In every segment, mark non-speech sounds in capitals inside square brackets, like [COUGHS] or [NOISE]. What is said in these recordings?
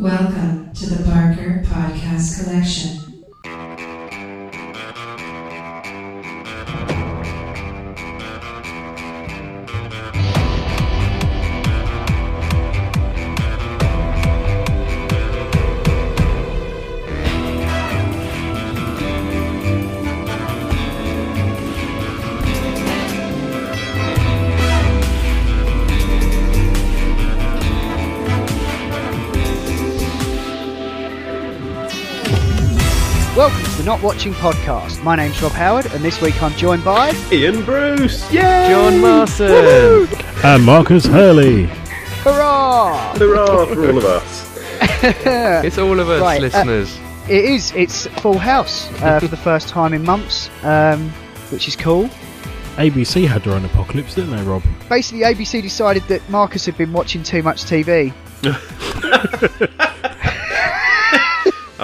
Welcome to the Barker Podcast Collection. Welcome to the Not Watching Podcast. My name's Rob Howard, and this week I'm joined by Ian Bruce. Yay! John Marson. Woo-hoo! and Marcus Hurley. Hurrah! Hurrah for all of us. It's all of us, Right, uh, listeners. It is. It's full house uh, for the first time in months, um, which is cool. ABC had their own apocalypse, didn't they, Rob? Basically, ABC decided that Marcus had been watching too much TV.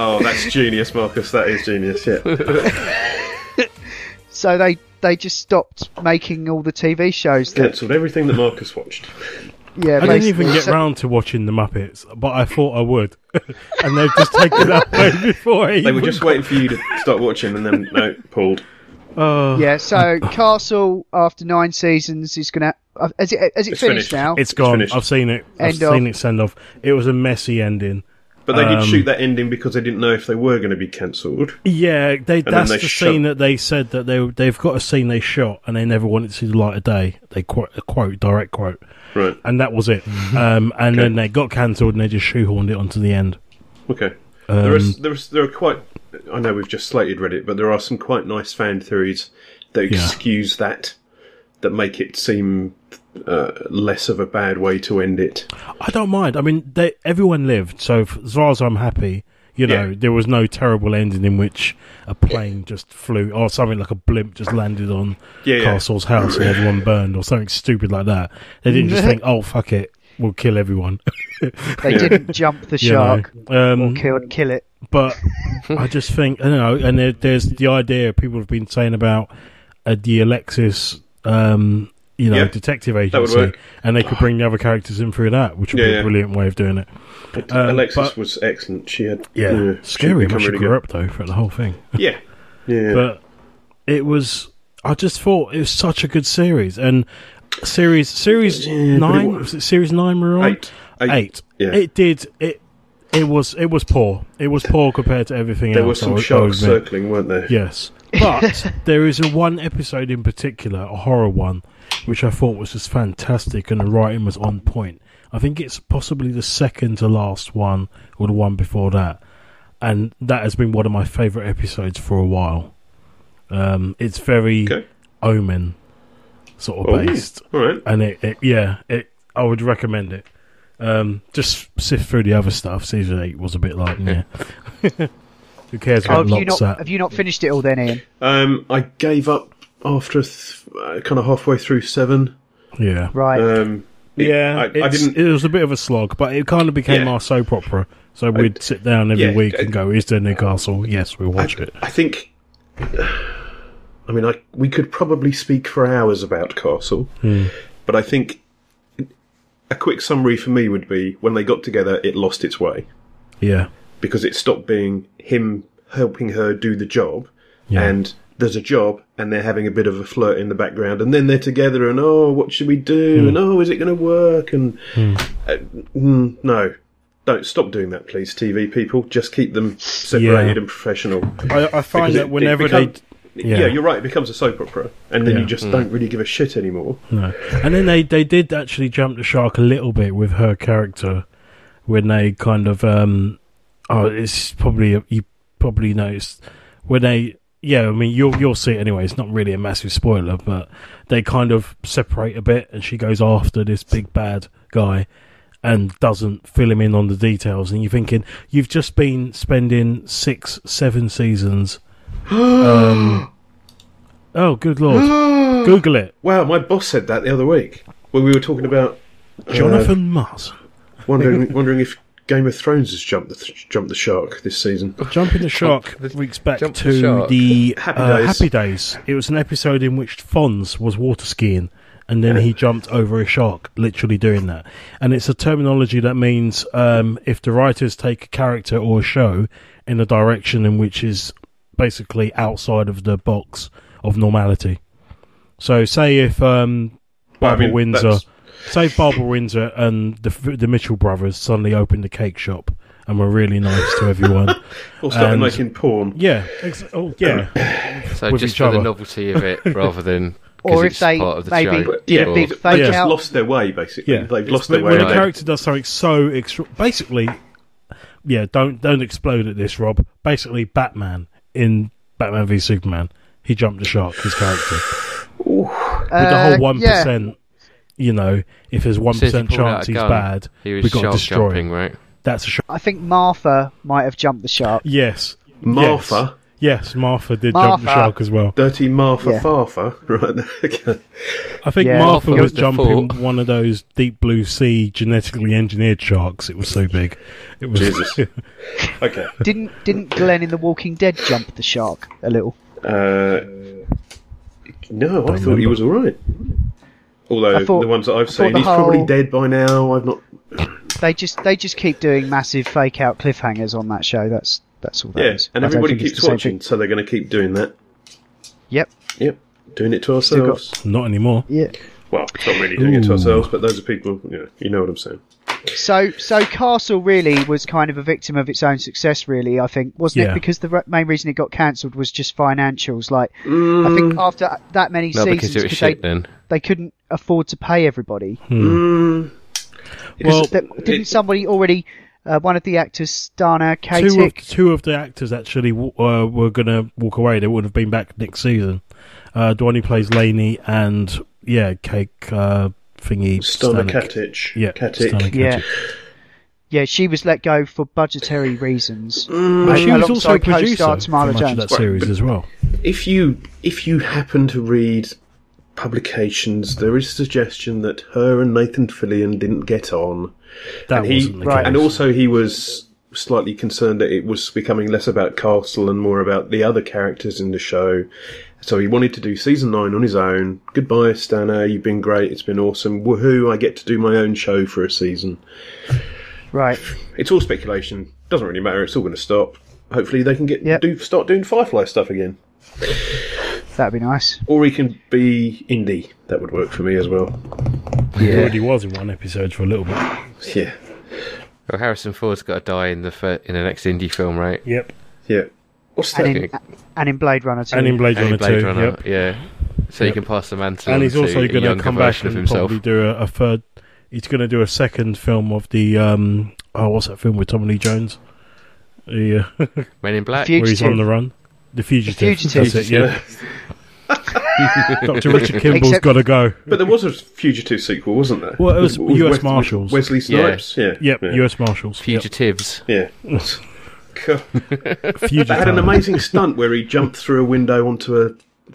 Oh, that's genius, Marcus. That is genius. [LAUGHS] Yeah. So they they just stopped making all the TV shows that Cancelled everything that Marcus watched. yeah. I didn't even get so, round to watching the Muppets, but I thought I would, [LAUGHS] and they've just taken that [LAUGHS] way before. I They even were just got- waiting for you to start watching, and then no, pulled. Oh, Yeah, so Castle after nine seasons is gonna. Uh, is it is it It's finished, finished. now? [LAUGHS] it's gone. finished. I've seen it. I've End of. seen it send off. It was a messy ending. But they Um, did shoot that ending because they didn't know if they were going to be cancelled. Yeah, they, then that's they the shut- scene that they said that they they've got a scene they shot and they never wanted to see the light of day. They quote, quote direct quote, Right. and that [LAUGHS] was it. um, and then they got cancelled and they just shoehorned it onto the end. Okay. there, is, um, there, is, there are quite. I know we've just slated Reddit, but there are some quite nice fan theories that Yeah. excuse that, that make it seem uh, less of a bad way to end it. I don't mind. I mean, they, everyone lived, so f- as far as I'm happy, you know, Yeah. there was no terrible ending in which a plane just flew or something like a blimp just landed on Yeah, yeah. Castle's house and everyone burned or something stupid like that. They [LAUGHS] didn't just think, "Oh fuck it, we'll kill everyone." [LAUGHS] they didn't jump the you know? shark Um, or kill kill it. but [LAUGHS] I just think you know, and there, there's the idea people have been saying about uh, the Alexis, um, you know, Yeah, detective would agency, work. and they could bring the other characters in through that, which would Yeah, be a yeah. brilliant way of doing it. Um, Alexis but- was excellent. She had yeah, she'd scary. become Much she really grew good. up though for the whole thing, Yeah. Yeah. but it was. I just thought it was such a good series, and series series Yeah, but it nine wa- was it series nine we're on Eight. Eight. Yeah. It did it. It was it was poor. It was poor compared to everything There were else. I some would- I sharks would admit. circling, weren't there? Yes. [LAUGHS] But there is a one episode in particular, a horror one, which I thought was just fantastic and the writing was on point. I think it's possibly the second to last one or the one before that. And that has been one of my favourite episodes for a while. Um, it's very Okay. omen sort of Oh, based. All right. And it, it yeah, it I would recommend it. Um, just sift through the other stuff. Season eight was a bit [LAUGHS] like, yeah. Who cares Oh, about have you not Lotsat? have you not finished it all then, Ian? Um, I gave up after th- uh, kind of halfway through seven. Yeah. Right. Um, it- Yeah, I, I it's- didn't. It was a bit of a slog, but it kind of became Yeah. our soap opera. So we'd sit down every yeah, week I- and go, "Is there Newcastle?" Yes, we'll watch it. I think. [SIGHS] I mean, I we could probably speak for hours about Castle, Hmm. but I think a quick summary for me would be when they got together, it lost its way Yeah, because it stopped being him helping her do the job, and there's a job, and they're having a bit of a flirt in the background, and then they're together, and oh, what should we do? Hmm. And oh, is it going to work? And uh, mm, no, don't stop doing that, please, TV people. Just keep them separated Yeah. and professional. I, I Because find it- that it whenever become- they, Yeah. you're right. It becomes a soap opera, and then Yeah. you just don't really give a shit anymore. No. And then they, they did actually jump the shark a little bit with her character when they kind of um oh it's probably you probably noticed when they yeah, I mean, you'll you'll see it anyway. It's not really a massive spoiler, but they kind of separate a bit, and she goes after this big bad guy, and doesn't fill him in on the details. And you're thinking you've just been spending six, seven seasons. um, oh, good lord! Google it, Wow, my boss said that the other week when we were talking about uh, Jonathan Mars. [LAUGHS] wondering wondering if Game of Thrones has jumped the th- jumped the shark this season. Jumping the Shark the- weeks back Jump the to Shark. the Happy uh, Days. Happy Days. It was an episode in which Fonz was water skiing and then he jumped over a shark, literally doing that. And it's a terminology that means um, if the writers take a character or a show in a direction in which is basically outside of the box of normality. So, say if um, Well, I Barbara mean, Windsor, that's- say Barbara Windsor and the the Mitchell brothers suddenly opened a cake shop and were really nice to [LAUGHS] everyone. Or started And- making porn. Yeah. Ex- oh, yeah. So With just each for the other. novelty [LAUGHS] of it, rather than 'cause Or if it's they part of the maybe show, did a or- big They fake Yeah. just out. lost their way, basically. yeah. They've It's- lost when, their way. When a haven't they? character does something so extra, basically, yeah. Don't don't explode at this, Rob. Basically, Batman in Batman v Superman, he jumped the shark. His character with the Uh, whole one yeah. You know, if there's one As soon as he percent pulled out chance a he's gun, bad, He was we got to shark destroy. jumping, him. right? That's a shark. I think Martha might have jumped the [LAUGHS] shark. Yes. Martha, Yes. Yes, Martha did jump Martha. the shark as well. dirty Martha Yeah. Fartha, [LAUGHS] right? okay. I think Yeah. Martha Martha was was the jumping fool. one of those deep blue sea genetically engineered sharks. It was so big. It was Jesus. okay. Didn't didn't Glenn in The Walking Dead jump the shark a little? Uh, no, I thought he remember. was all right. Although I thought- the ones that I've I thought seen, the he's probably whole- dead by now. I've not. They just they just keep doing massive fake out cliffhangers on that show. That's that's all. That Yeah, is. and I don't everybody think it's keeps the same watching, thing. so they're going to keep doing that. Yep. Yep, doing it to Still got- ourselves. [LAUGHS] not anymore. Yeah. Well, it's not really doing it to Ooh. ourselves, but those are people. You know, you know what I'm saying. So so Castle really was kind of a victim of its own success. Really, I think wasn't Yeah. it? Because the re- main reason it got cancelled was just financials. Like I think Mm. after that many No, because seasons, it was could they, shit then. they couldn't afford to pay [LAUGHS] everybody. Hmm. Mm. Well, That- didn't somebody already? Uh, one of the actors, Dana two of, Katic. two of the actors actually w- uh, were going to walk away. They would have been back next season. Uh, Dwayne plays Laney and yeah, Cake uh, thingy. Stana Stanek. Katic. Yeah, Katic. Stanek Yeah. Katic. Yeah, she was let go for budgetary reasons. But she was also a Mm. Alongside co-star producer for Tamara much of Jones. that series as well. If you if you happen to read publications, there is a suggestion that her and Nathan Fillion didn't get on. That and he, wasn't the right, case. And also, he was slightly concerned that it was becoming less about Castle and more about the other characters in the show. So he wanted to do season nine on his own. Goodbye, Stana. You've been great. It's been awesome. Woohoo! I get to do my own show for a season. Right. It's all speculation. Doesn't really matter. It's all going to stop. Hopefully, they can get Yep. do start doing Firefly stuff again, That'd be nice. or he can be indie. That would work for me as well. he already was in one episode for a little bit. Yeah, Well, Harrison Ford's got to die in the fir- in the next indie film, right? Yep. yeah. What's that? And in, and in Blade Runner too. And in Blade And Runner in Blade too. Runner, Yep. yeah. So you can pass the mantle. And he's on also to going going to come back of and himself. probably do a, a third. He's going to do a second film of the um. Oh, what's that film with Tommy Lee Jones? Yeah, [LAUGHS] where Men in Black. Future- he's on the run. The fugitive. Fugitive. That's it. [LAUGHS] Yeah. Doctor Richard Kimball's Except- got to go. But there was a fugitive sequel, wasn't there? Well, it was With- with US Wes- Marshals. Wesley Snipes. Yeah. Yep. Yeah. U.S. Marshals. Fugitives. Yeah. God. Yep. Fugitive. They had an amazing stunt where he jumped through a window onto a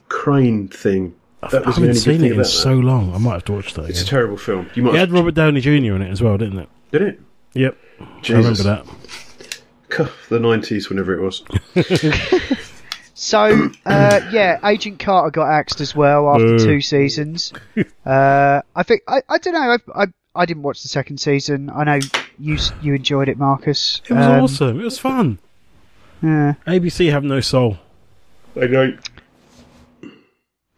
crane thing. That I was the only haven't good seen thing it in about so that. long. I might have to watch that. It's a Again. terrible film. You might It had Robert Downey Jr. in it as well, didn't it? did it. Yep. I remember Jesus. that. God, The nineties, whenever it was. So [CLEARS THROAT] uh, yeah, Agent Carter got axed as well after Boo. two seasons. Uh, I think I, I don't know. I, I I didn't watch the second season. I know you s- you enjoyed it, Marcus. It was Um, awesome. It was fun. Yeah. ABC have no soul. [LAUGHS] They don't.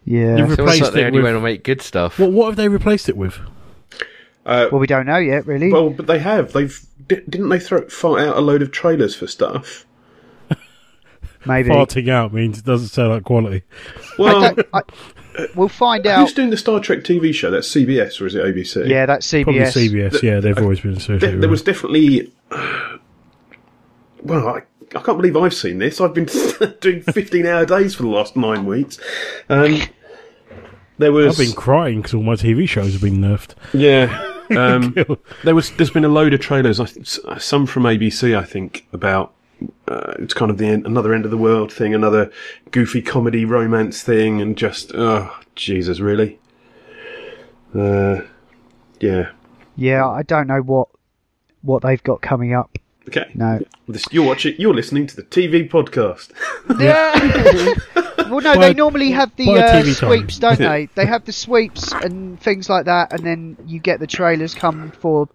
yeah. You've So it's replaced like they it only with. want to make good stuff. What, what have they replaced it with? Uh, Well, we don't know yet, really. well, but they have. They've di- didn't they throw fart out a load of trailers for stuff? Maybe. Farting out means it doesn't sound like quality. I Well, don't- I- we'll find who's out. doing the Star Trek TV show? That's CBS or is it ABC? Yeah, that's CBS. Probably CBS. yeah, they've always been associated. there, there was definitely [SIGHS] well I, I can't believe I've seen this. I've been [LAUGHS] doing 15 hour days for the last nine weeks. Um, there I've was. been crying because all my TV shows have been nerfed. [LAUGHS] Yeah. Um, there was. There's been a load of trailers. I, th- s- some from ABC, I think, about uh, it's kind of the end, another end of the world thing, another goofy comedy romance thing, and just oh Jesus, really? Uh, yeah. Yeah, I don't know what what they've got coming up. Okay. No. This, you're watching. You're listening to the TV podcast. Well, no, By- they normally have the by uh, TV time. sweeps, don't they? They have the sweeps and things like that, and then you get the trailers come for.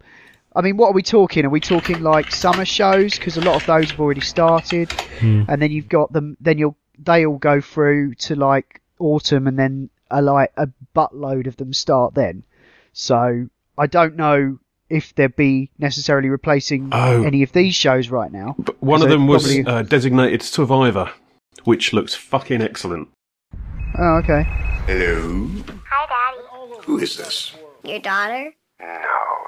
I mean, what are we talking? Are we talking like summer shows? Because a lot of those have already started, and then you've got them. Then you'll they all go through to like autumn, and then a like a buttload of them start then. So I don't know if they'd be necessarily replacing Oh. any of these shows right now. [LAUGHS] But one of So them was probably- uh, designated Survivor, which looks fucking excellent. Oh, okay. Hello? Hi, Daddy. Who is this? Your daughter? No,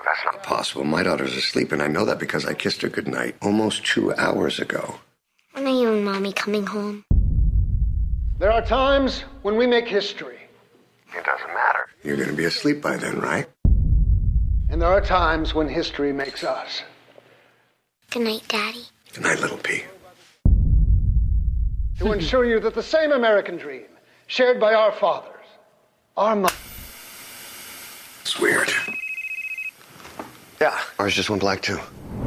that's not possible. My daughter's asleep, and I know that because I kissed her goodnight almost two hours ago. When are you and Mommy coming home? There are times when we make history, It doesn't matter. You're going to be asleep by then, right? and there are times when history makes us. Good night, Daddy. Good night, little P. To ensure you that the same American dream, shared by our fathers, our mothers, It's weird. Yeah. Ours just went black, too.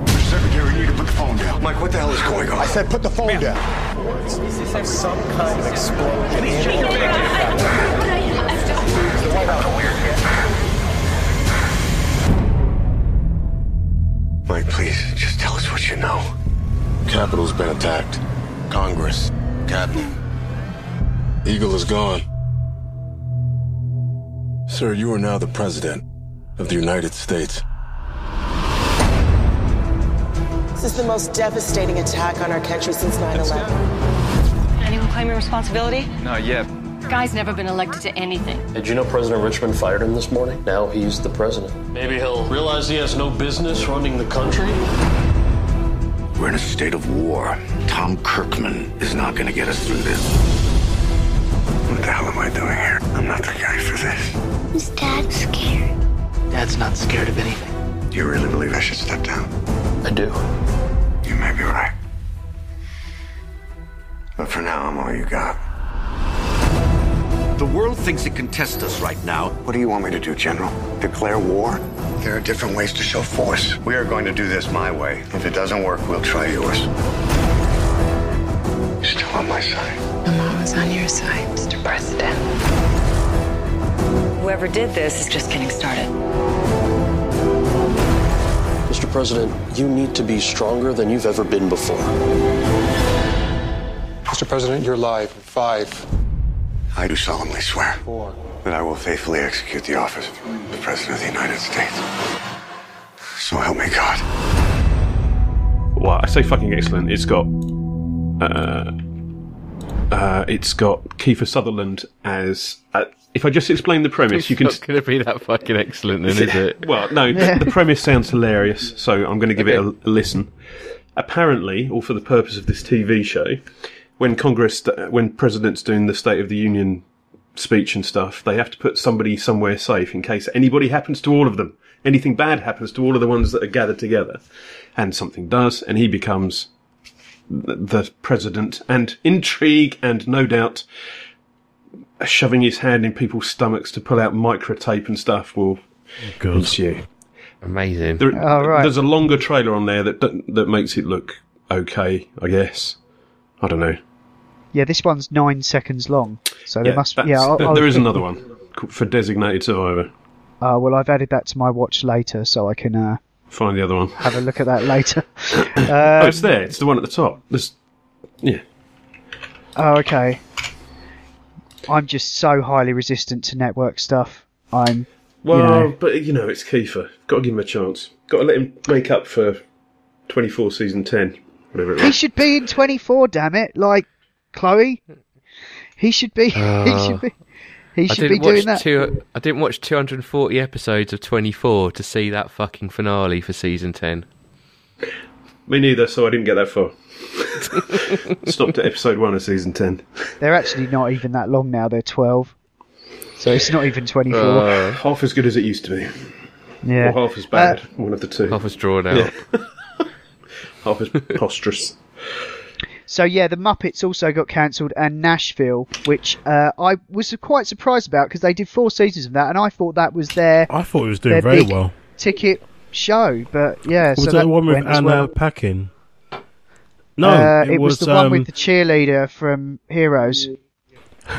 Secretary, you need to put the phone down. Mike, what the hell is going on? I said put the phone down. Mike, please, just tell us what you know. Capitol's been attacked. Congress. Captain. Eagle is gone. Sir, you are now the President of the United States. This is the most devastating attack on our country since 9 11. Anyone claiming responsibility? No, yeah. Guy's never been elected to anything. Did you know President Richmond fired him this morning? Now he's the president. Maybe he'll realize he has no business running the country. We're in a state of war. Tom Kirkman is not going to get us through this. What the hell am I doing here? I'm not the guy for this. Is Dad scared? Dad's not scared of anything. Do you really believe I should step down? I do. You may be right. But for now, I'm all you got. The world thinks it can test us right now. What do you want me to do, General? Declare war? There are different ways to show force. We are going to do this my way. If it doesn't work, we'll try yours. You're still on my side. The mama's on your side, Mr. President. Whoever did this is just getting started. Mr. President, you need to be stronger than you've ever been before. Mr. President, you're live. Five. I do solemnly swear Oh, that I will faithfully execute the office of the President of the United States. So help me God. Well, I say fucking excellent. It's got, uh, uh, it's got Kiefer Sutherland as. Uh, if I just explain the premise, It's you can. not going to be that fucking excellent, then, is it? Well, no, th- the premise sounds hilarious, so I'm going to give it a, a listen. Apparently, or for the purpose of this TV show, when Congress, when President's doing the State of the Union speech and stuff, they have to put somebody somewhere safe in case anybody happens to all of them. Anything bad happens to all of the ones that are gathered together. And something does, and he becomes the, the president. And intrigue and no doubt shoving his hand in people's stomachs to pull out microtape and stuff will Good. ensue. Amazing. There, Oh, right. There's a longer trailer on there that don't- that makes it look okay, I guess. I don't know. Yeah, this one's nine seconds long, so there must. that's- Yeah, I'll, th- I'll- there is another one c- for designated survivor. Uh, well, I've added that to my watch later, so I can uh, Find the other one. have a look at that later. [LAUGHS] Uh, oh, Um, it's there. It's the one at the top. There's, yeah. Oh, okay. I'm just so highly resistant to network stuff. I'm. Well, know. but you know, it's Kiefer. Got to give him a chance. Got to let him make up for 24 season 10, whatever it He was. should be in 24. Damn it! Like Chloe, he should be. [LAUGHS] he should be. He Uh, I should be didn't doing watch that. two. I didn't watch 240 episodes of 24 to see that fucking finale for season 10. Me neither, so I didn't get that far. [LAUGHS] Stopped at episode one of season ten. They're actually not even that long now. They're twelve, so it's not even twenty-four. Uh, half as good as it used to be. Yeah. Uh, Or half as bad. one of the two. Half as drawn out. Yeah. half as preposterous. So yeah, the Muppets also got cancelled, and Nashville, which uh, I was quite surprised about because they did four seasons of that, and I thought that was their I thought it was doing their very big well. ticket show. But yeah, Was so that the one with went as Anna well. Paquin? No, Uh, it, was, the one um, with the cheerleader from Heroes.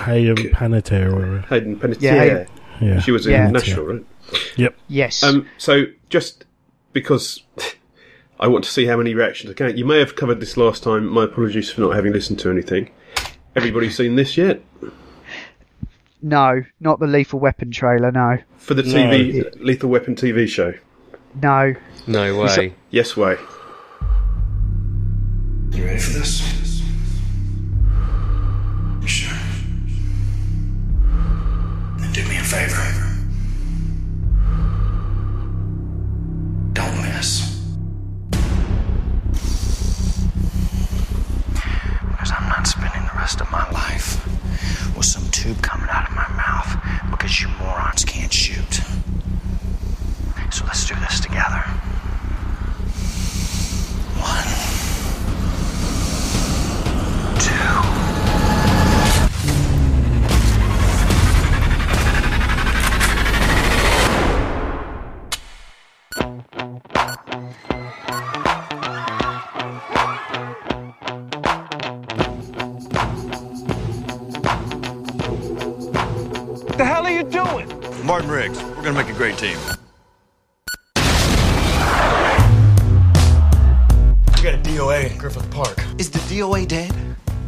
Hayden Panettiere. or- Hayden Panettiere. Yeah, Hayden- Yeah. She was in Yeah. Nashville, right? Yep. Yes. Um, so just because [LAUGHS] I want to see how many reactions I can, you may have covered this last time. My apologies for not having listened to anything. Everybody seen this yet? No, not the Lethal Weapon trailer. No, For the TV Lethal Weapon TV show. no. No way. Yes way. You ready for this? Sure. Then do me a favor. Don't miss. Because I'm not spending the rest of my life with some tube coming out of my mouth because you morons can't shoot. So let's do this together. What the hell are you doing? Martin Riggs, we're gonna make a great team. We got a DOA in Griffith Park. Is the DOA dead?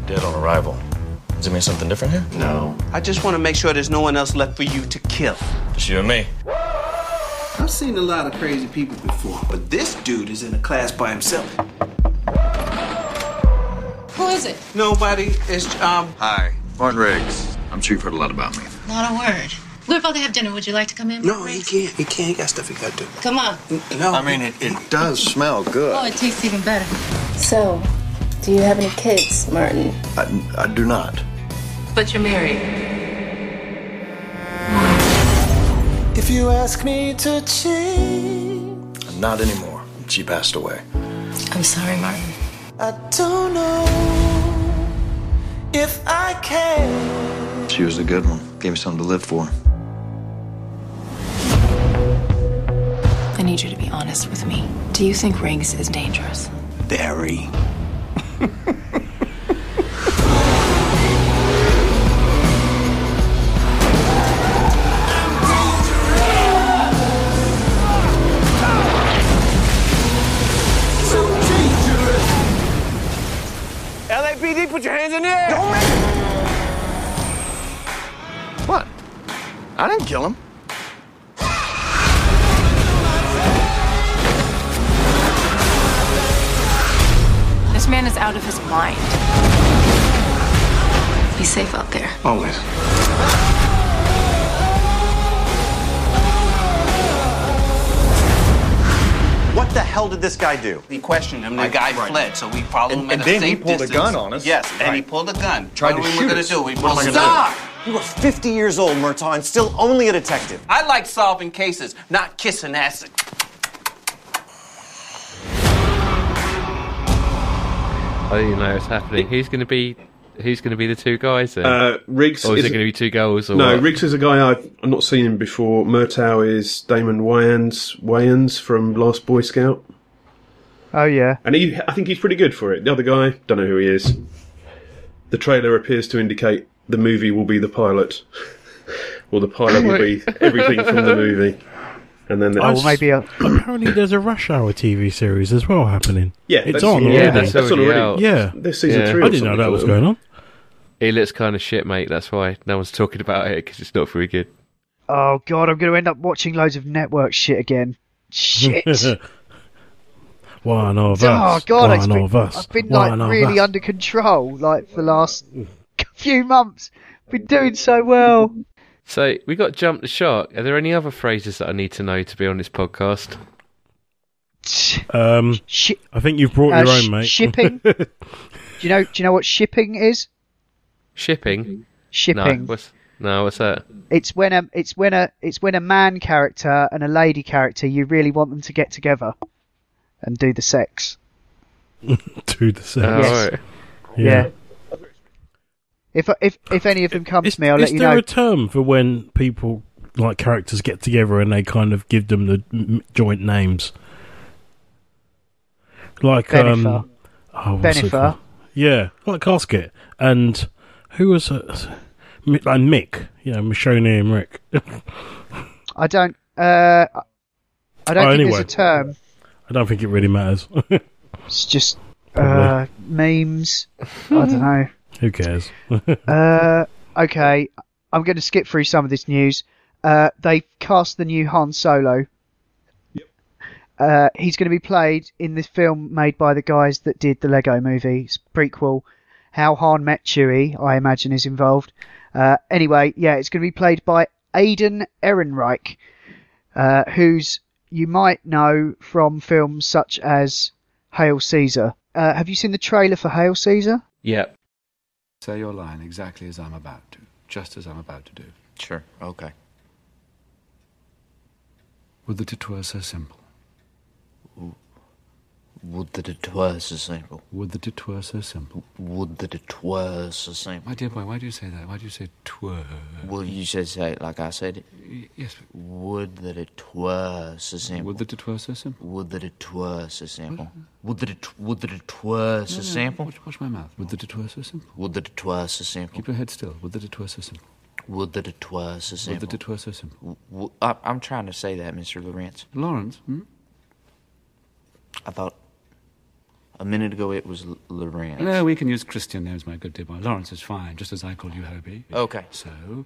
Dead on arrival. Does it mean something different here? No. I just want to make sure there's no one else left for you to kill. Just you and me. I've seen a lot of crazy people before, but this dude is in a class by himself. Who is it? Nobody is, um. Hi, Martin Riggs. I'm sure you've heard a lot about me. Not a word. We're about to have dinner. Would you like to come in? No, he can't. He can't. He got stuff he got to do. Come on. No. I mean, it, it does smell good. it tastes even better. So, do you have any kids, Martin? I, I do not. But you're married. If you ask me to cheat, not anymore. She passed away. I'm sorry, Martin. I don't know if I can. She was a good one. Gave me something to live for. I need you to be honest with me. Do you think Riggs is dangerous? Very. LAPD, put your hands in the air! Don't make What? I didn't kill him. This man is out of his mind. Be safe out there. Always. What the hell did this guy do? We questioned him. The guy fled, so we followed him at and a then he safe pulled a distance. gun on us. Yes, Right. and he pulled a gun. Tried oh, what to are shoot we gonna us. do? We What am pulled I gonna Stop! You are 50 years old, Murtaugh, and still only a detective. I like solving cases, not kissing ass. I didn't know it was happening. Who's going to be? Who's going to be the two guys then? Uh, Riggs Or Oh, is, is- it going to be two goals? Or no, what? Riggs is a guy I've, I've not seen him before. Murtaugh is Damon Wayans, Wayans from Last Boy Scout, Oh yeah. and he I think he's pretty good for it. The other guy, don't know who he is. The trailer appears to indicate the movie will be the pilot, or the pilot will [LAUGHS] be everything from the movie, and then the I s- apparently there's a Rush Hour TV series as well happening. Yeah, it's that's- on yeah, already. that's That's already already- out. Yeah, There's season Yeah. three or I didn't know something that was like that. going on. It looks kind of shit, mate. That's why no one's talking about it because it's not very good. Oh god, I'm going to end up watching loads of network shit again. [LAUGHS] Shit. One of oh us. god, one I've been, of us. I've been one like of really us. Mm. under control, like for the last [LAUGHS] few months. Been doing so well. So we got jump the shark. Are there any other phrases that I need to know to be on this podcast? Um, I think you've brought Uh, your sh- own, mate. [LAUGHS] Shipping. do you know? Do you know what shipping is? Shipping. Shipping. No, what's, no, what's that? It's when a it's when a it's when a man character and a lady character you really want them to get together and do the sex. to the sex. Oh, Yes. right. Yeah. If if if any of them come to me, I'll Is let you there know. a term for when people like characters get together and they kind of give them the m- joint names? Like Benifer. um, oh, what's it Benifer. called? Yeah, like Casket and who was it? Mi- Like Mick, you know, Michonne and Rick. [LAUGHS] I don't. Uh, I don't Oh, think anyway. there's a term. I don't think it really matters. [LAUGHS] it's just Probably. Uh, memes. I don't know. who cares. Uh, okay, I'm going to skip through some of this news. Uh, they cast the new Han Solo. Yep. Uh, he's going to be played in this film made by the guys that did the Lego Movie it's a prequel. How Han Met Chewie, I imagine, is involved. Uh, anyway, yeah, it's going to be played by Aidan Ehrenreich, uh, who's you might know from films such as Hail Caesar. Uh, have you seen the trailer for Hail Caesar? Yep. Say your line exactly as I'm about to, just as I'm about to do. Sure, okay. Would that it were so simple. Would that it were so simple. Would that it were so simple. Would that it were so simple. My dear boy, why do you say that? Why do you say twere? Well, you should say it like I said. Yes. Would that it were so simple. Would that it were so simple. Would that it were so simple. Would that it, would that it were so No, no, simple. Watch, watch my mouth. Uh, Would that it were so simple. Would that it were so simple. Keep your head still. Would that it were so simple. Would that it were so simple. Would that it were so simple. W- w- I, I'm trying to say that, Mr. Lawrence. Lawrence, hmm? I thought a minute ago it was L- Lawrence. No, we can use Christian names, my good dear boy. Lawrence is fine, just as I call you Hobie. Okay. So,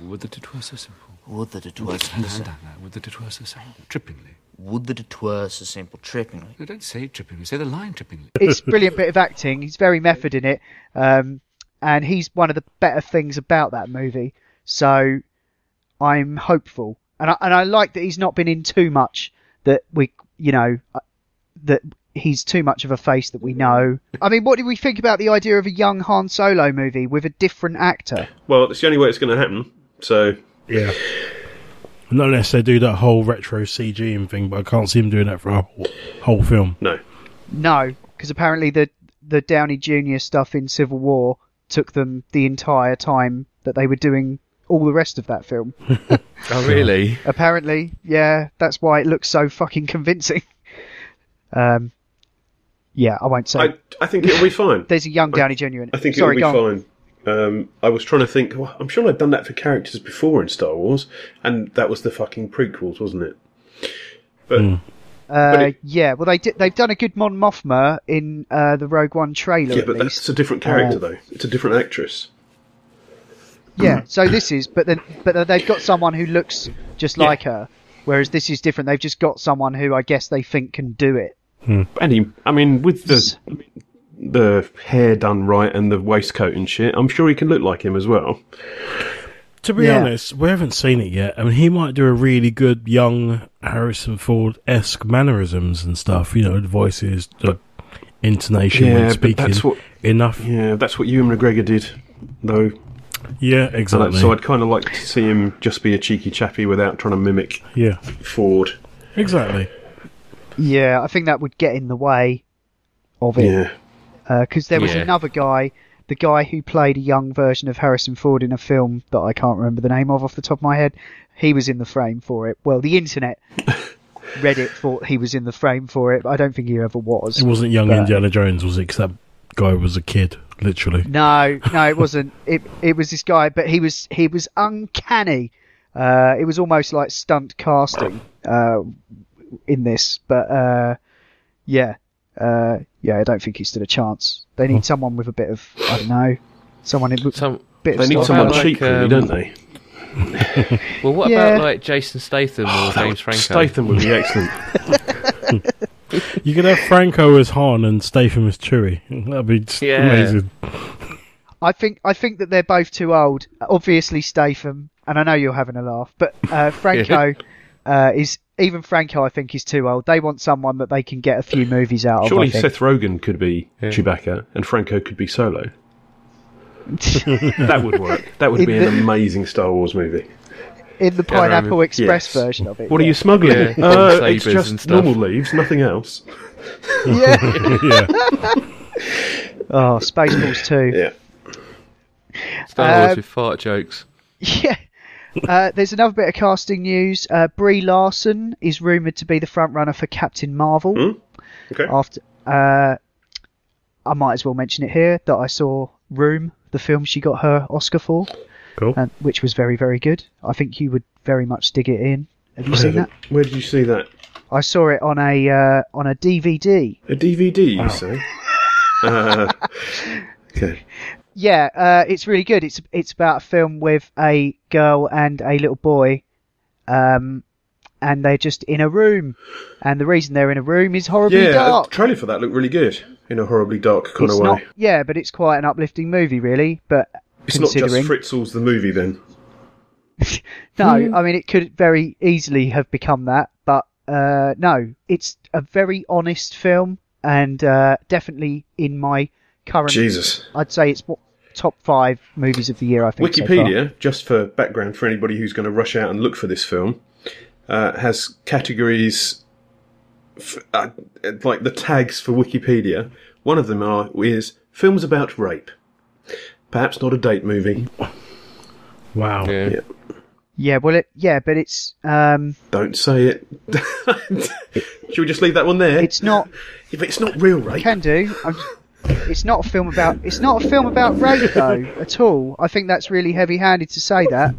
would that it were so simple. Would that it were so No, no, simple. no, no. Would that it were so simple. Trippingly. Would that it were so simple. Trippingly. No, don't say trippingly. Say the line trippingly. it's a brilliant bit of acting. He's very method in it, um, and he's one of the better things about that movie. So I'm hopeful, and I, and I like that he's not been in too much. That we, you know, uh, that he's too much of a face that we know. I mean, what do we think about the idea of a young Han Solo movie with a different actor? Well, it's the only way it's going to happen. So yeah, Not unless they do that whole retro CG and thing, but I can't see them doing that for a whole, whole film. No. No, because apparently the the Downey Jr. stuff in Civil War took them the entire time that they were doing all the rest of that film. Oh, really? Apparently, yeah, that's why it looks so fucking convincing. [LAUGHS] Um, yeah, I won't say. I, I think it'll be [LAUGHS] fine. There's a young Downey Jr. in it. I think Sorry, it'll go on. be fine. Um, I was trying to think. Well, I'm sure I've done that for characters before in Star Wars, and that was the fucking prequels, wasn't it? But Hmm. Uh, yeah, well, they did, they've done a good Mon Mothma in uh, the Rogue One trailer. yeah, at but least. that's a different character Uh, though. It's a different actress. Yeah, so this is, but then, but they've got someone who looks just like her, whereas this is different. They've just got someone who I guess they think can do it. Any, I mean, with the the hair done right and the waistcoat and shit, I'm sure he can look like him as well. To be Yeah. honest, we haven't seen it yet. I mean, he might do a really good young Harrison Ford esque mannerisms and stuff. You know, the voices, the intonation when but speaking. that's what enough. Yeah, that's what Ewan McGregor did, though. Yeah, And exactly. So I'd kind of like to see him just be a cheeky chappy without trying to mimic Yeah. Ford. Exactly. Yeah, I think that would get in the way of it. Yeah. because Uh, there was Yeah. another guy, the guy who played a young version of Harrison Ford in a film that I can't remember the name of off the top of my head. He was in the frame for it. Well, the internet, Reddit thought he was in the frame for it. But I don't think he ever was. It wasn't young But- Indiana Jones, was it? 'Cause that guy was a kid, literally. [LAUGHS] No, no, it wasn't. it it was this guy, but he was he was uncanny. Uh, it was almost like stunt casting uh, in this, but uh, yeah, uh, yeah. I don't think he stood a chance. They need someone with a bit of I don't know, someone in, Some, bit They of style. need someone cheap, um, really, don't they? Well, what Yeah. about like Jason Statham Oh, or James Franco? Statham [LAUGHS] would be excellent. You could have Franco as Han and Statham as Chewie. That'd be just Yeah. amazing. I think I think that they're [LAUGHS] both too old. Obviously, Statham, and I know you're having a laugh, but uh, Franco, uh, is even Franco. I think is too old. They want someone that they can get a few movies out of. Surely I think. Seth Rogen could be Chewbacca and Franco could be Solo. that would work. That would In be the- [LAUGHS] an amazing Star Wars movie. [LAUGHS] in the Yeah, I Pineapple remember- Express yes. version of it. What are yeah. you smuggling? Yeah, uh, it's sabers and just stuff. normal leaves, nothing else. [LAUGHS] [LAUGHS] Yeah. oh, Spaceballs [LAUGHS] too. Yeah. Star Wars Um, with fart jokes. [LAUGHS] Yeah. Uh, there's another bit of casting news. Uh, Brie Larson is rumored to be the front runner for Captain Marvel. Hmm. Okay. After, uh, I might as well mention it here that I saw Room, the film she got her Oscar for, cool, and, which was very very good. I think you would very much dig it in. Have you I seen that? haven't- Where did you see that? I saw it on a uh, on a DVD. A DVD, Oh. you say? [LAUGHS] Uh, okay. Yeah, uh, it's really good. It's it's about a film with a girl and a little boy, um, and they're just in a room, and the reason they're in a room is horribly yeah, dark. the trailer for that looked really good in a horribly dark kind it's of way. not, yeah, but it's quite an uplifting movie, really. But it's not considering, just Fritzels the movie then. no, I mean it could very easily have become that, but uh, no, it's a very honest film, and uh, definitely in my current. Jesus. I'd say it's what, top five movies of the year. I think so far. Wikipedia, just for background for anybody who's going to rush out and look for this film, uh, has categories f- uh, like the tags for Wikipedia. One of them are is films about rape. Perhaps not a date movie. Wow. Yeah. Yeah, well, it yeah, but it's um, Don't say it. [LAUGHS] Should we just leave that one there? it's not Yeah, but it's not real rape. can do. I'm, it's not a film about it's not a film about rape though at all. I think that's really heavy-handed to say that.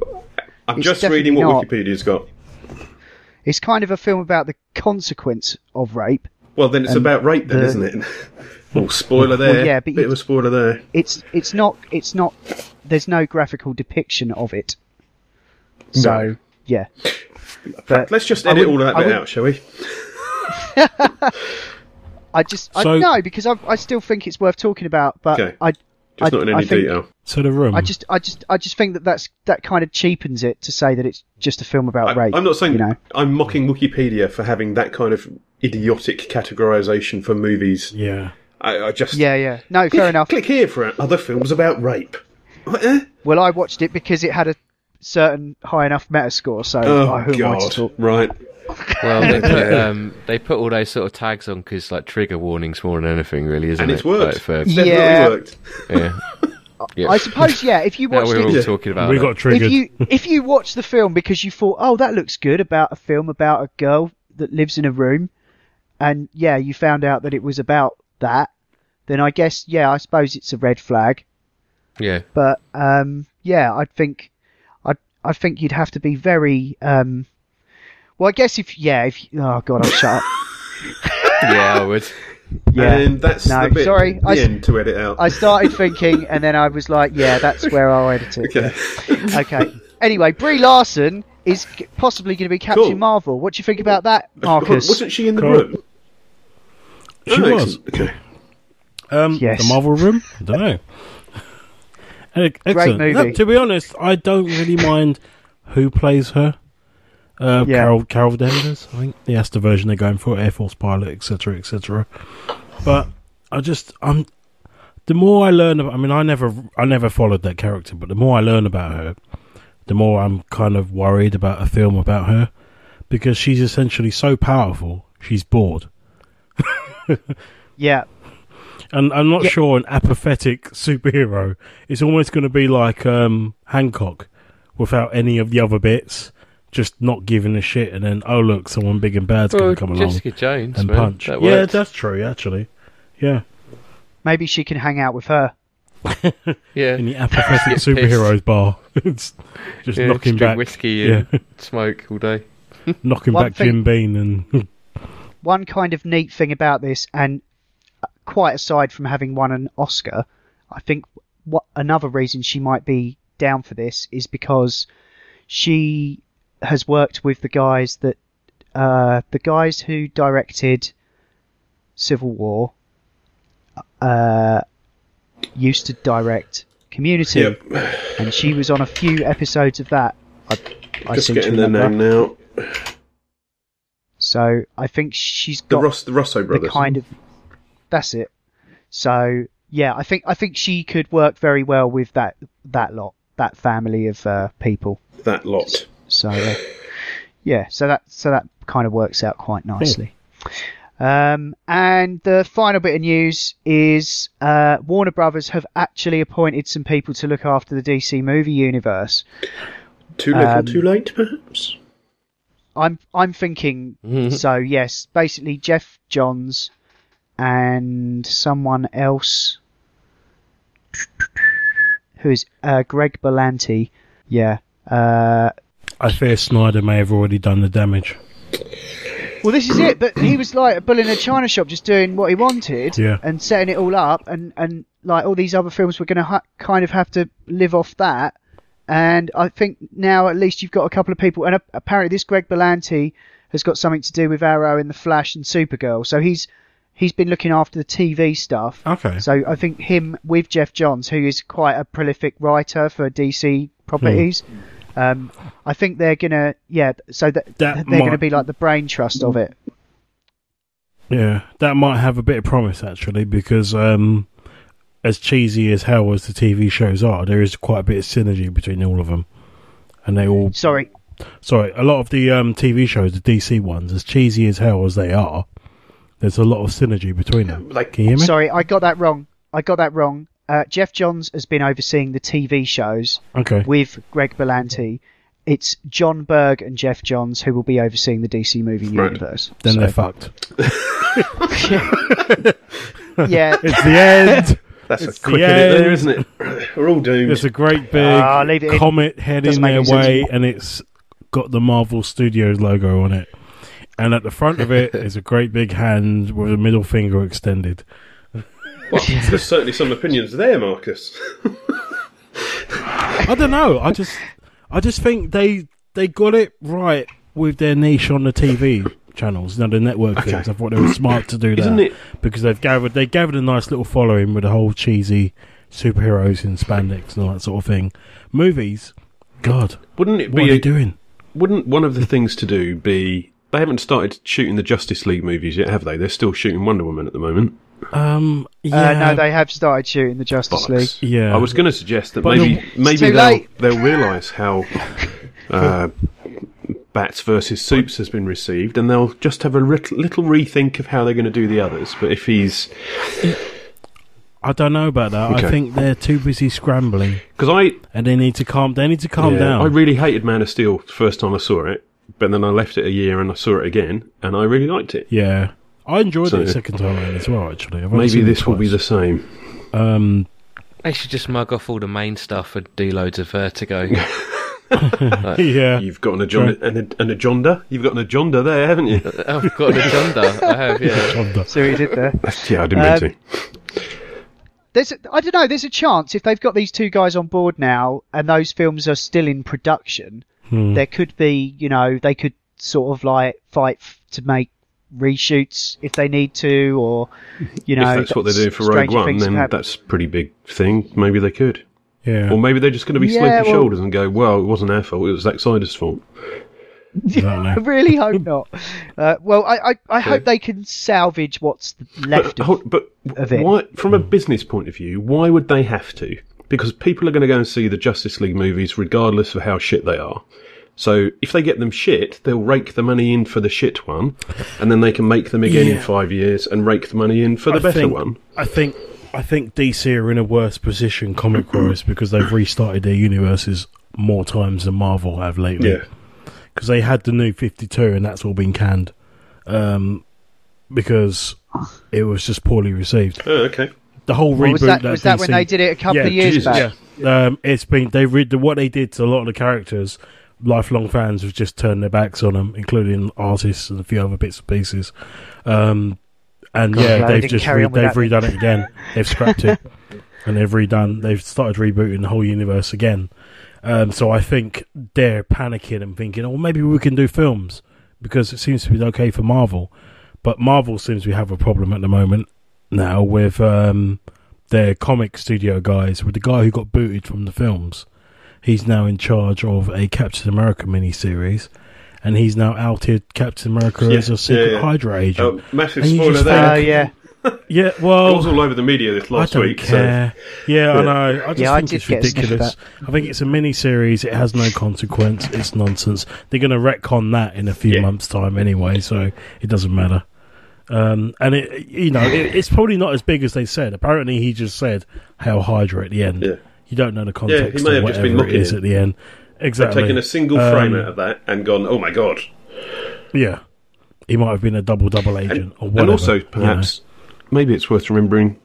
I'm it's just reading what definitely Wikipedia's got. It's kind of a film about the consequence of rape. Well, then it's And about rape, then, the- isn't it? [LAUGHS] oh, spoiler there. Well, yeah, but Bit you- of a spoiler there. It's it's not it's not. There's no graphical depiction of it. So No. yeah, but Let's just I edit all wouldn't- of that I bit wouldn't- out, shall we? I just I So- don't know because I I still think it's worth talking about, but Okay. I Just I- not in I any think- detail. So the room. I just, I just, I just think that that's that kind of cheapens it to say that it's just a film about rape. I'm not saying you know. I'm mocking Wikipedia for having that kind of idiotic categorization for movies. Yeah. I, I just Yeah, yeah. No, fair enough. click here for other films about rape. eh? Well, I watched it because it had a certain high enough Metascore, so I- Oh who am I to God! talk? Right. Well, they put, Yeah. um, they put all those sort of tags on because like trigger warnings more than anything, really, isn't And it? it's worked. Like, for- It's definitely Yeah. worked. Yeah. Yeah. [LAUGHS] I suppose, yeah. If you Now watched we're all it, talking about We it. got if triggered. you if you watched the film because you thought, oh, that looks good about a film about a girl that lives in a room, and yeah, you found out that it was about that, then I guess, yeah, I suppose it's a red flag. Yeah. but um, yeah, I think I I think you'd have to be very um, well. I guess if yeah, if oh god, I'm shut up. yeah, I would. Yeah, [LAUGHS] And that's no, the bit sorry, at the I s- end to edit out. I started thinking, and then I was like, yeah, that's where I'll edit it. okay. Okay. Anyway, Brie Larson is c- possibly going to be Captain Cool. Marvel. What do you think about that, Marcus? Wasn't she in the Cool. room? She Oh, was. excellent. Okay. Um, Yes. The Marvel [LAUGHS] Room? I don't know. Excellent. No, movie. to be honest, I don't really mind who plays her. Uh, Yeah. Carol, Carol Danvers, I think. Yeah, that's the version they're going for, Air Force pilot, etc., etc. But I just, I'm. The more I learn about, I mean, I never, I never followed that character, but the more I learn about her, the more I'm kind of worried about a film about her, because she's essentially so powerful, she's bored. yeah. And I'm not Yeah. sure an apathetic superhero is almost going to be like um, Hancock without any of the other bits, just not giving a shit. And then, oh, look, someone big and bad's Well, going to come along Oh, Jessica Jones and man, punch. That yeah, worked. that's true, actually. Yeah. Maybe she can hang out with her. yeah. In the apathetic Get pissed. superheroes bar. [LAUGHS] it's just Yeah, knocking just drink back. whiskey and smoke all day. [LAUGHS] knocking One back thing- Jim Bean and. [LAUGHS] one kind of neat thing about this, and quite aside from having won an Oscar, I think what another reason she might be down for this is because she has worked with the guys that uh, the guys who directed Civil War uh, used to direct Community, Yep. and she was on a few episodes of that. I, I Just seem to getting the remember. name now. So I think she's The got Ross- the Russo brothers. kind of that's it. So yeah, I think I think she could work very well with that that lot, that family of uh, people. That lot. So uh, yeah, so that so that kind of works out quite nicely. Um, and the final bit of news is uh, Warner Brothers have actually appointed some people to look after the DC movie universe. Too little, Um, too late, perhaps. I'm I'm thinking so. Yes, basically Jeff Johns and someone else who is uh, Greg Berlanti. Yeah. Uh, I fear Snyder may have already done the damage. well, this is it. But he was like a bull in a china shop, just doing what he wanted Yeah. and setting it all up, and and like all these other films were going to ha- kind of have to live off that. And I think now at least you've got a couple of people, and a- apparently this Greg Berlanti has got something to do with Arrow and the Flash and Supergirl, so he's he's been looking after the TV stuff. Okay. So I think him with Jeff Johns, who is quite a prolific writer for DC properties. Um, I think they're gonna, yeah. So that, Hmm. That they're gonna might- be like the brain trust of it. Yeah, that might have a bit of promise actually, because um, as cheesy as hell as the TV shows are, there is quite a bit of synergy between all of them, and they all. Sorry. Sorry, a lot of the um, TV shows, the DC ones, as cheesy as hell as they are, there's a lot of synergy between them. Like, Can you hear me? Sorry, I got that wrong. I got that wrong. Uh, Jeff Johns has been overseeing the TV shows Okay. with Greg Berlanti. It's John Berg and Jeff Johns who will be overseeing the DC movie Right. universe. Then So- they're fucked. [LAUGHS] Yeah. [LAUGHS] It's the end. That's It's a the quick edit there, end. isn't it? [CLEARS THROAT] We're all doomed. There's a great big Ah, leave it in. comet head Doesn't in make their any sense. way, and it's got the Marvel Studios logo on it. And at the front of it is a great big hand with a middle finger extended. [LAUGHS] Well, there's certainly some opinions there, Marcus. I don't know. I just, I just think they they got it right with their niche on the TV channels, now the network things. I thought they were [CLEARS THROAT] smart to do that, Isn't it- Because they've gathered they gathered a nice little following with the whole cheesy superheroes in spandex and all that sort of thing. Movies, God, Wouldn't it what be are a- they doing? Wouldn't one of the things to do be? They haven't started shooting the Justice League movies yet, have they? They're still shooting Wonder Woman at the moment. Um, Uh, yeah, no, they have started shooting the Justice League. yeah. I was going to suggest that But maybe the- maybe Too they'll, late. they'll realise how uh, Bats versus Soups has been received, and they'll just have a rit- little rethink of how they're going to do the others. But if he's I don't know about that. Okay. I think they're too busy scrambling, because I and they need to calm. They need to calm Yeah, down. I really hated Man of Steel the first time I saw it, but then I left it a year and I saw it again, and I really liked it. yeah, I enjoyed So- it the second time around as well. Actually, I've only Maybe seen it this will be twice. the same. um, They should just mug off all the main stuff and do loads of [LAUGHS] Vertigo. [LAUGHS] Like, yeah. You've got an agenda, an, an agenda. You've got an agenda there, haven't you? I've got an agenda. I have, yeah. See what you did there. [LAUGHS] yeah, I didn't Um, mean Uh, to. There's, a, I don't know. There's a chance if they've got these two guys on board now, and those films are still in production, Hmm. there could be, you know, they could sort of like fight f- to make reshoots if they need to, or you know, if that's what they're doing for Rogue stranger One, things have then happened. that's a pretty big thing. Maybe they could. Yeah. Or maybe they're just going to be Yeah, sloping well- shoulders and go, well, it wasn't our fault, it was Zack Snyder's fault. [LAUGHS] I really hope not. Uh, well, I, I, I hope they can salvage what's left of, But, Uh, hold- but of it. why, from Hmm. a business point of view, why would they have to? Because people are going to go and see the Justice League movies regardless of how shit they are. So if they get them shit, they'll rake the money in for the shit one, and then they can make them again in Yeah. five years and rake the money in for the I better think, one. I think I think DC are in a worse position [CLEARS THROAT] comic wise because they've restarted their universes more times than Marvel have lately. Yeah. Because they had the new Fifty Two and that's all been canned, um, because it was just poorly received. Oh, okay. The whole Well, reboot was that- was that DC when they did it a couple Yeah, of years Jesus. back? Yeah. Um, it's been they read the, what they did to a lot of the characters. Lifelong fans have just turned their backs on them, including artists and a few other bits and pieces. Um, and God, yeah, glad I they've didn't just carry re- on with they've that. redone it again. They've scrapped [LAUGHS] it and they've redone. They've started rebooting the whole universe again. Um, so I think they're panicking and thinking, "Oh, maybe we can do films because it seems to be okay for Marvel." But Marvel seems to have a problem at the moment now with um, their comic studio guys, with the guy who got booted from the films. He's now in charge of a Captain America miniseries, and he's now outed Captain America Yeah, as a secret yeah, yeah. Hydra agent. Oh, massive And you spoiler just there. think- Oh, yeah. yeah. Well, it was all over the media this last I don't week. Care. So, yeah, I know. I just Yeah, I think did it's get a sniff of ridiculous. I think it's a mini series. It has no consequence. It's nonsense. They're going to retcon that in a few months' time anyway, so it doesn't matter. Um, and it, you know, it, it's probably not as big as they said. Apparently, he just said "Hail Hydra" at the end. You don't know the Yeah, he context may of have just been whatever it looking is in. at the end. Exactly. They've taken a single Um, frame out of that and gone, oh my god. Yeah, he might have been a double double agent or whatever. and also, you know. perhaps, maybe it's worth remembering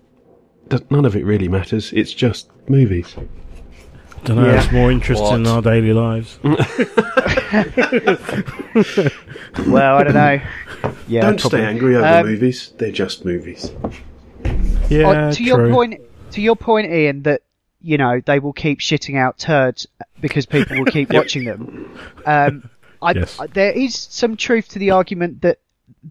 that none of it really matters. It's just movies. Don't know. It's more interesting in our daily lives. well, I don't [LAUGHS] know. Yeah, Don't probably. stay angry over Um, movies. They're just movies. Mm-hmm. Yeah, Oh, to your true. point, to your point, Ian, that you know they will keep shitting out turds because people will [LAUGHS] keep watching them. Um, I, Yes. I- there is some truth to the argument that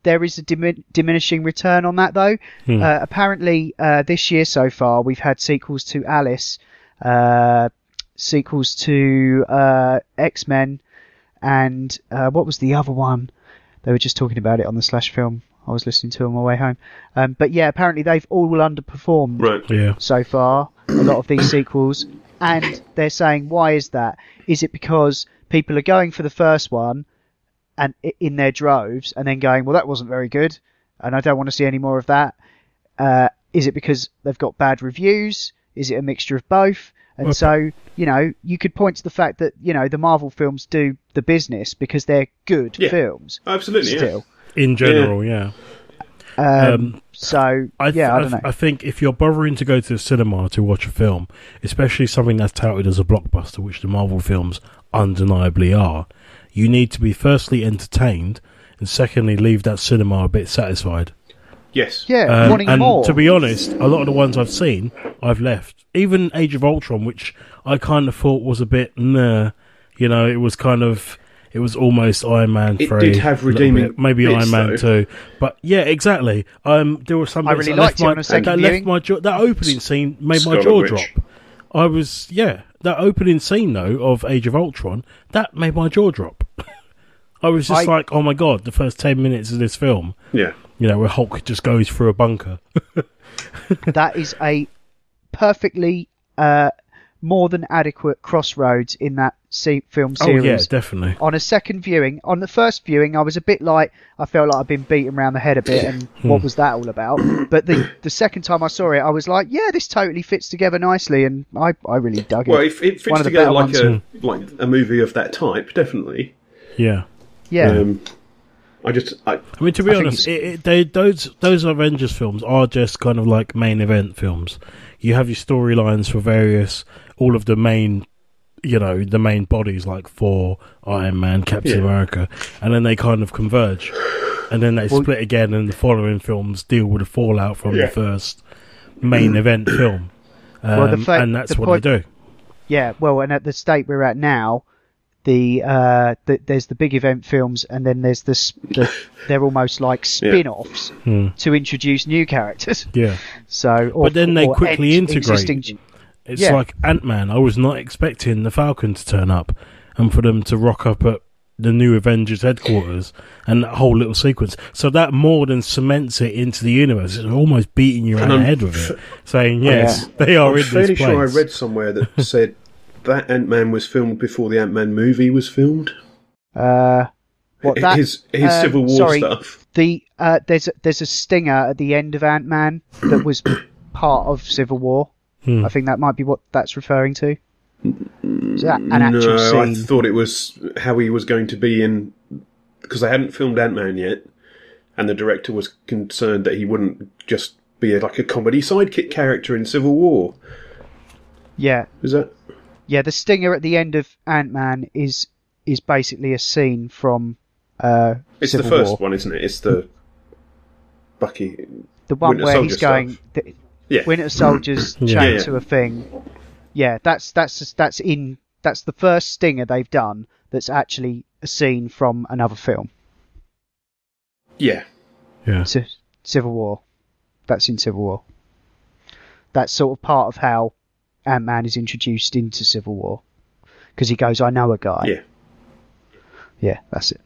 there is a dimin- diminishing return on that, though. Hmm. Uh, apparently, uh, this year so far, we've had sequels to Alice, uh, sequels to uh, X Men, and uh, what was the other one? They were just talking about it on the Slash film. I was listening to on my way home. Um, but yeah, apparently they've all underperformed Right. Yeah. so far, a lot of [COUGHS] these sequels. And they're saying, why is that? Is it because people are going for the first one and i- in their droves and then going, well, that wasn't very good and I don't want to see any more of that? Uh, is it because they've got bad reviews? Is it a mixture of both? And Well, so, you know, you could point to the fact that, you know, the Marvel films do the business because they're good Yeah. films. Absolutely. yeah. Still. In general, yeah. Um, Um, so, I th- yeah, I I, don't know. th- I think if you're bothering to go to the cinema to watch a film, especially something that's touted as a blockbuster, which the Marvel films undeniably are, you need to be firstly entertained and secondly leave that cinema a bit satisfied. Yes. Yeah, Um, wanting and more. to be honest, a lot of the ones I've seen, I've left. Even Age of Ultron, which I kind of thought was a bit nah, you know, it was kind of it was almost Iron Man. It 3, did have a little redeeming bit. maybe bits, Iron Man though. two, but yeah, exactly. Um, there were some. I bits really that liked left it on my- a second that viewing. left my jaw. That opening scene made my Scarlet jaw Witch. drop. I was yeah. That opening scene though of Age of Ultron that made my jaw drop. [LAUGHS] I was just I- like, oh my god, the first ten minutes of this film. Yeah. You know, where Hulk just goes through a bunker. that is a perfectly uh, more than adequate crossroads in that se- film Oh series. yeah, definitely. On a second viewing, on the first viewing, I was a bit like I felt like I'd been beaten around the head a bit, and Hmm. what was that all [COUGHS] about? But the the second time I saw it, I was like, yeah, this totally fits together nicely, and I, I really dug it. Well, it, it One fits of the together better like ones. a like a movie of that type, definitely. Yeah. yeah. Um, I just I, I mean, to be I think honest, it, it, they, those those Avengers films are just kind of like main event films. You have your storylines for various all of the main, you know, the main bodies like Thor, Iron Man, Captain Yeah. America, and then they kind of converge, and then they split again, and the following films deal with the fallout from Yeah. the first main event film. Um, Well, the fact- and that's the what point- they do. Yeah, well, and at the state we're at now, the uh, the, there's the big event films, and then there's this. [LAUGHS] The, they're almost like spin-offs Hmm. to introduce new characters. Yeah. So, or, but then they or quickly end integrate. existing- It's Yeah. like Ant Man. I was not expecting the Falcon to turn up and for them to rock up at the new Avengers headquarters and that whole little sequence. So that more than cements it into the universe. It's almost beating you around I'm the head with f- it, saying, yes, they I'm are in fairly this place. sure I read somewhere [LAUGHS] that said that Ant Man was filmed before the Ant Man movie was filmed. Uh, what H- that? his- his uh, Civil War sorry, stuff. The uh, there's a, there's a stinger at the end of Ant Man that [COUGHS] was part of Civil War. Hmm. I think that might be what that's referring to. Is that an actual no, I scene? thought it was how he was going to be in because they hadn't filmed Ant Man yet, and the director was concerned that he wouldn't just be like a comedy sidekick character in Civil War. Yeah, Is that? Yeah, the stinger at the end of Ant Man is is basically a scene from uh, It's Civil the first War. one, isn't it? It's the Bucky. the one Winter where Soldier he's going. stuff. The, Yeah. Winter Soldier's Yeah. chained Yeah, yeah. to a thing. Yeah, that's that's that's in that's the first stinger they've done. That's actually a scene from another film, Yeah. [LAUGHS] Yeah. C- Civil War. That's in Civil War. That's sort of part of how Ant Man is introduced into Civil War, because he goes, "I know a guy." Yeah. Yeah, that's it.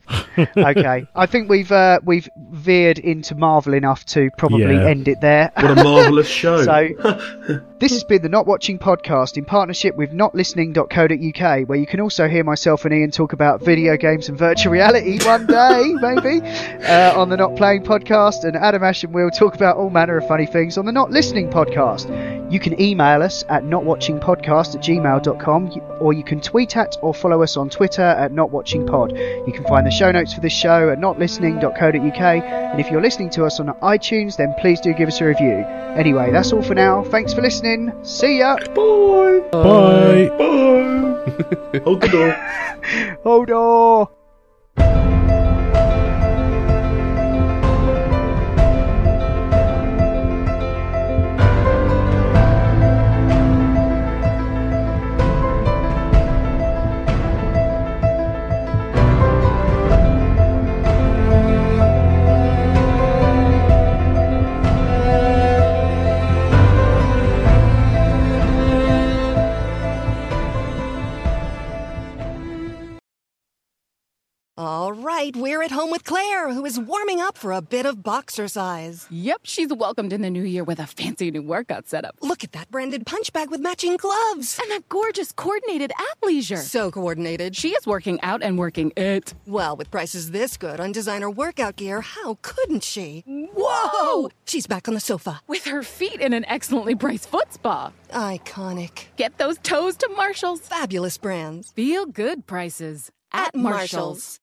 okay, I think we've uh, we've veered into Marvel enough to probably Yeah. end it there. What a marvellous show. so, [LAUGHS] this has been the Not Watching podcast in partnership with NotListening.co.uk, where you can also hear myself and Ian talk about video games and virtual reality one day, [LAUGHS] maybe, uh, on the Not Playing podcast, and Adam Ash and Will talk about all manner of funny things on the Not Listening podcast. You can email us at notwatchingpodcast at gmail.com, or you can tweet at or follow us on Twitter at notwatchingpod. You can find the show notes for this show at notlistening.co.uk, and if you're listening to us on iTunes, then please do give us a review. Anyway, that's all for now. Thanks for listening. See ya. Bye. Bye. Bye. [LAUGHS] Hold the door. Hold on. All right, we're at home with Claire, who is warming up for a bit of boxer size. Yep, she's welcomed in the new year with a fancy new workout setup. Look at that branded punch bag with matching gloves. And a gorgeous coordinated athleisure. So coordinated. She is working out and working it. Well, with prices this good on designer workout gear, how couldn't she? Whoa! She's back on the sofa. With her feet in an excellently priced foot spa. Iconic. Get those toes to Marshall's. Fabulous brands. Feel good prices. At, Marshall's.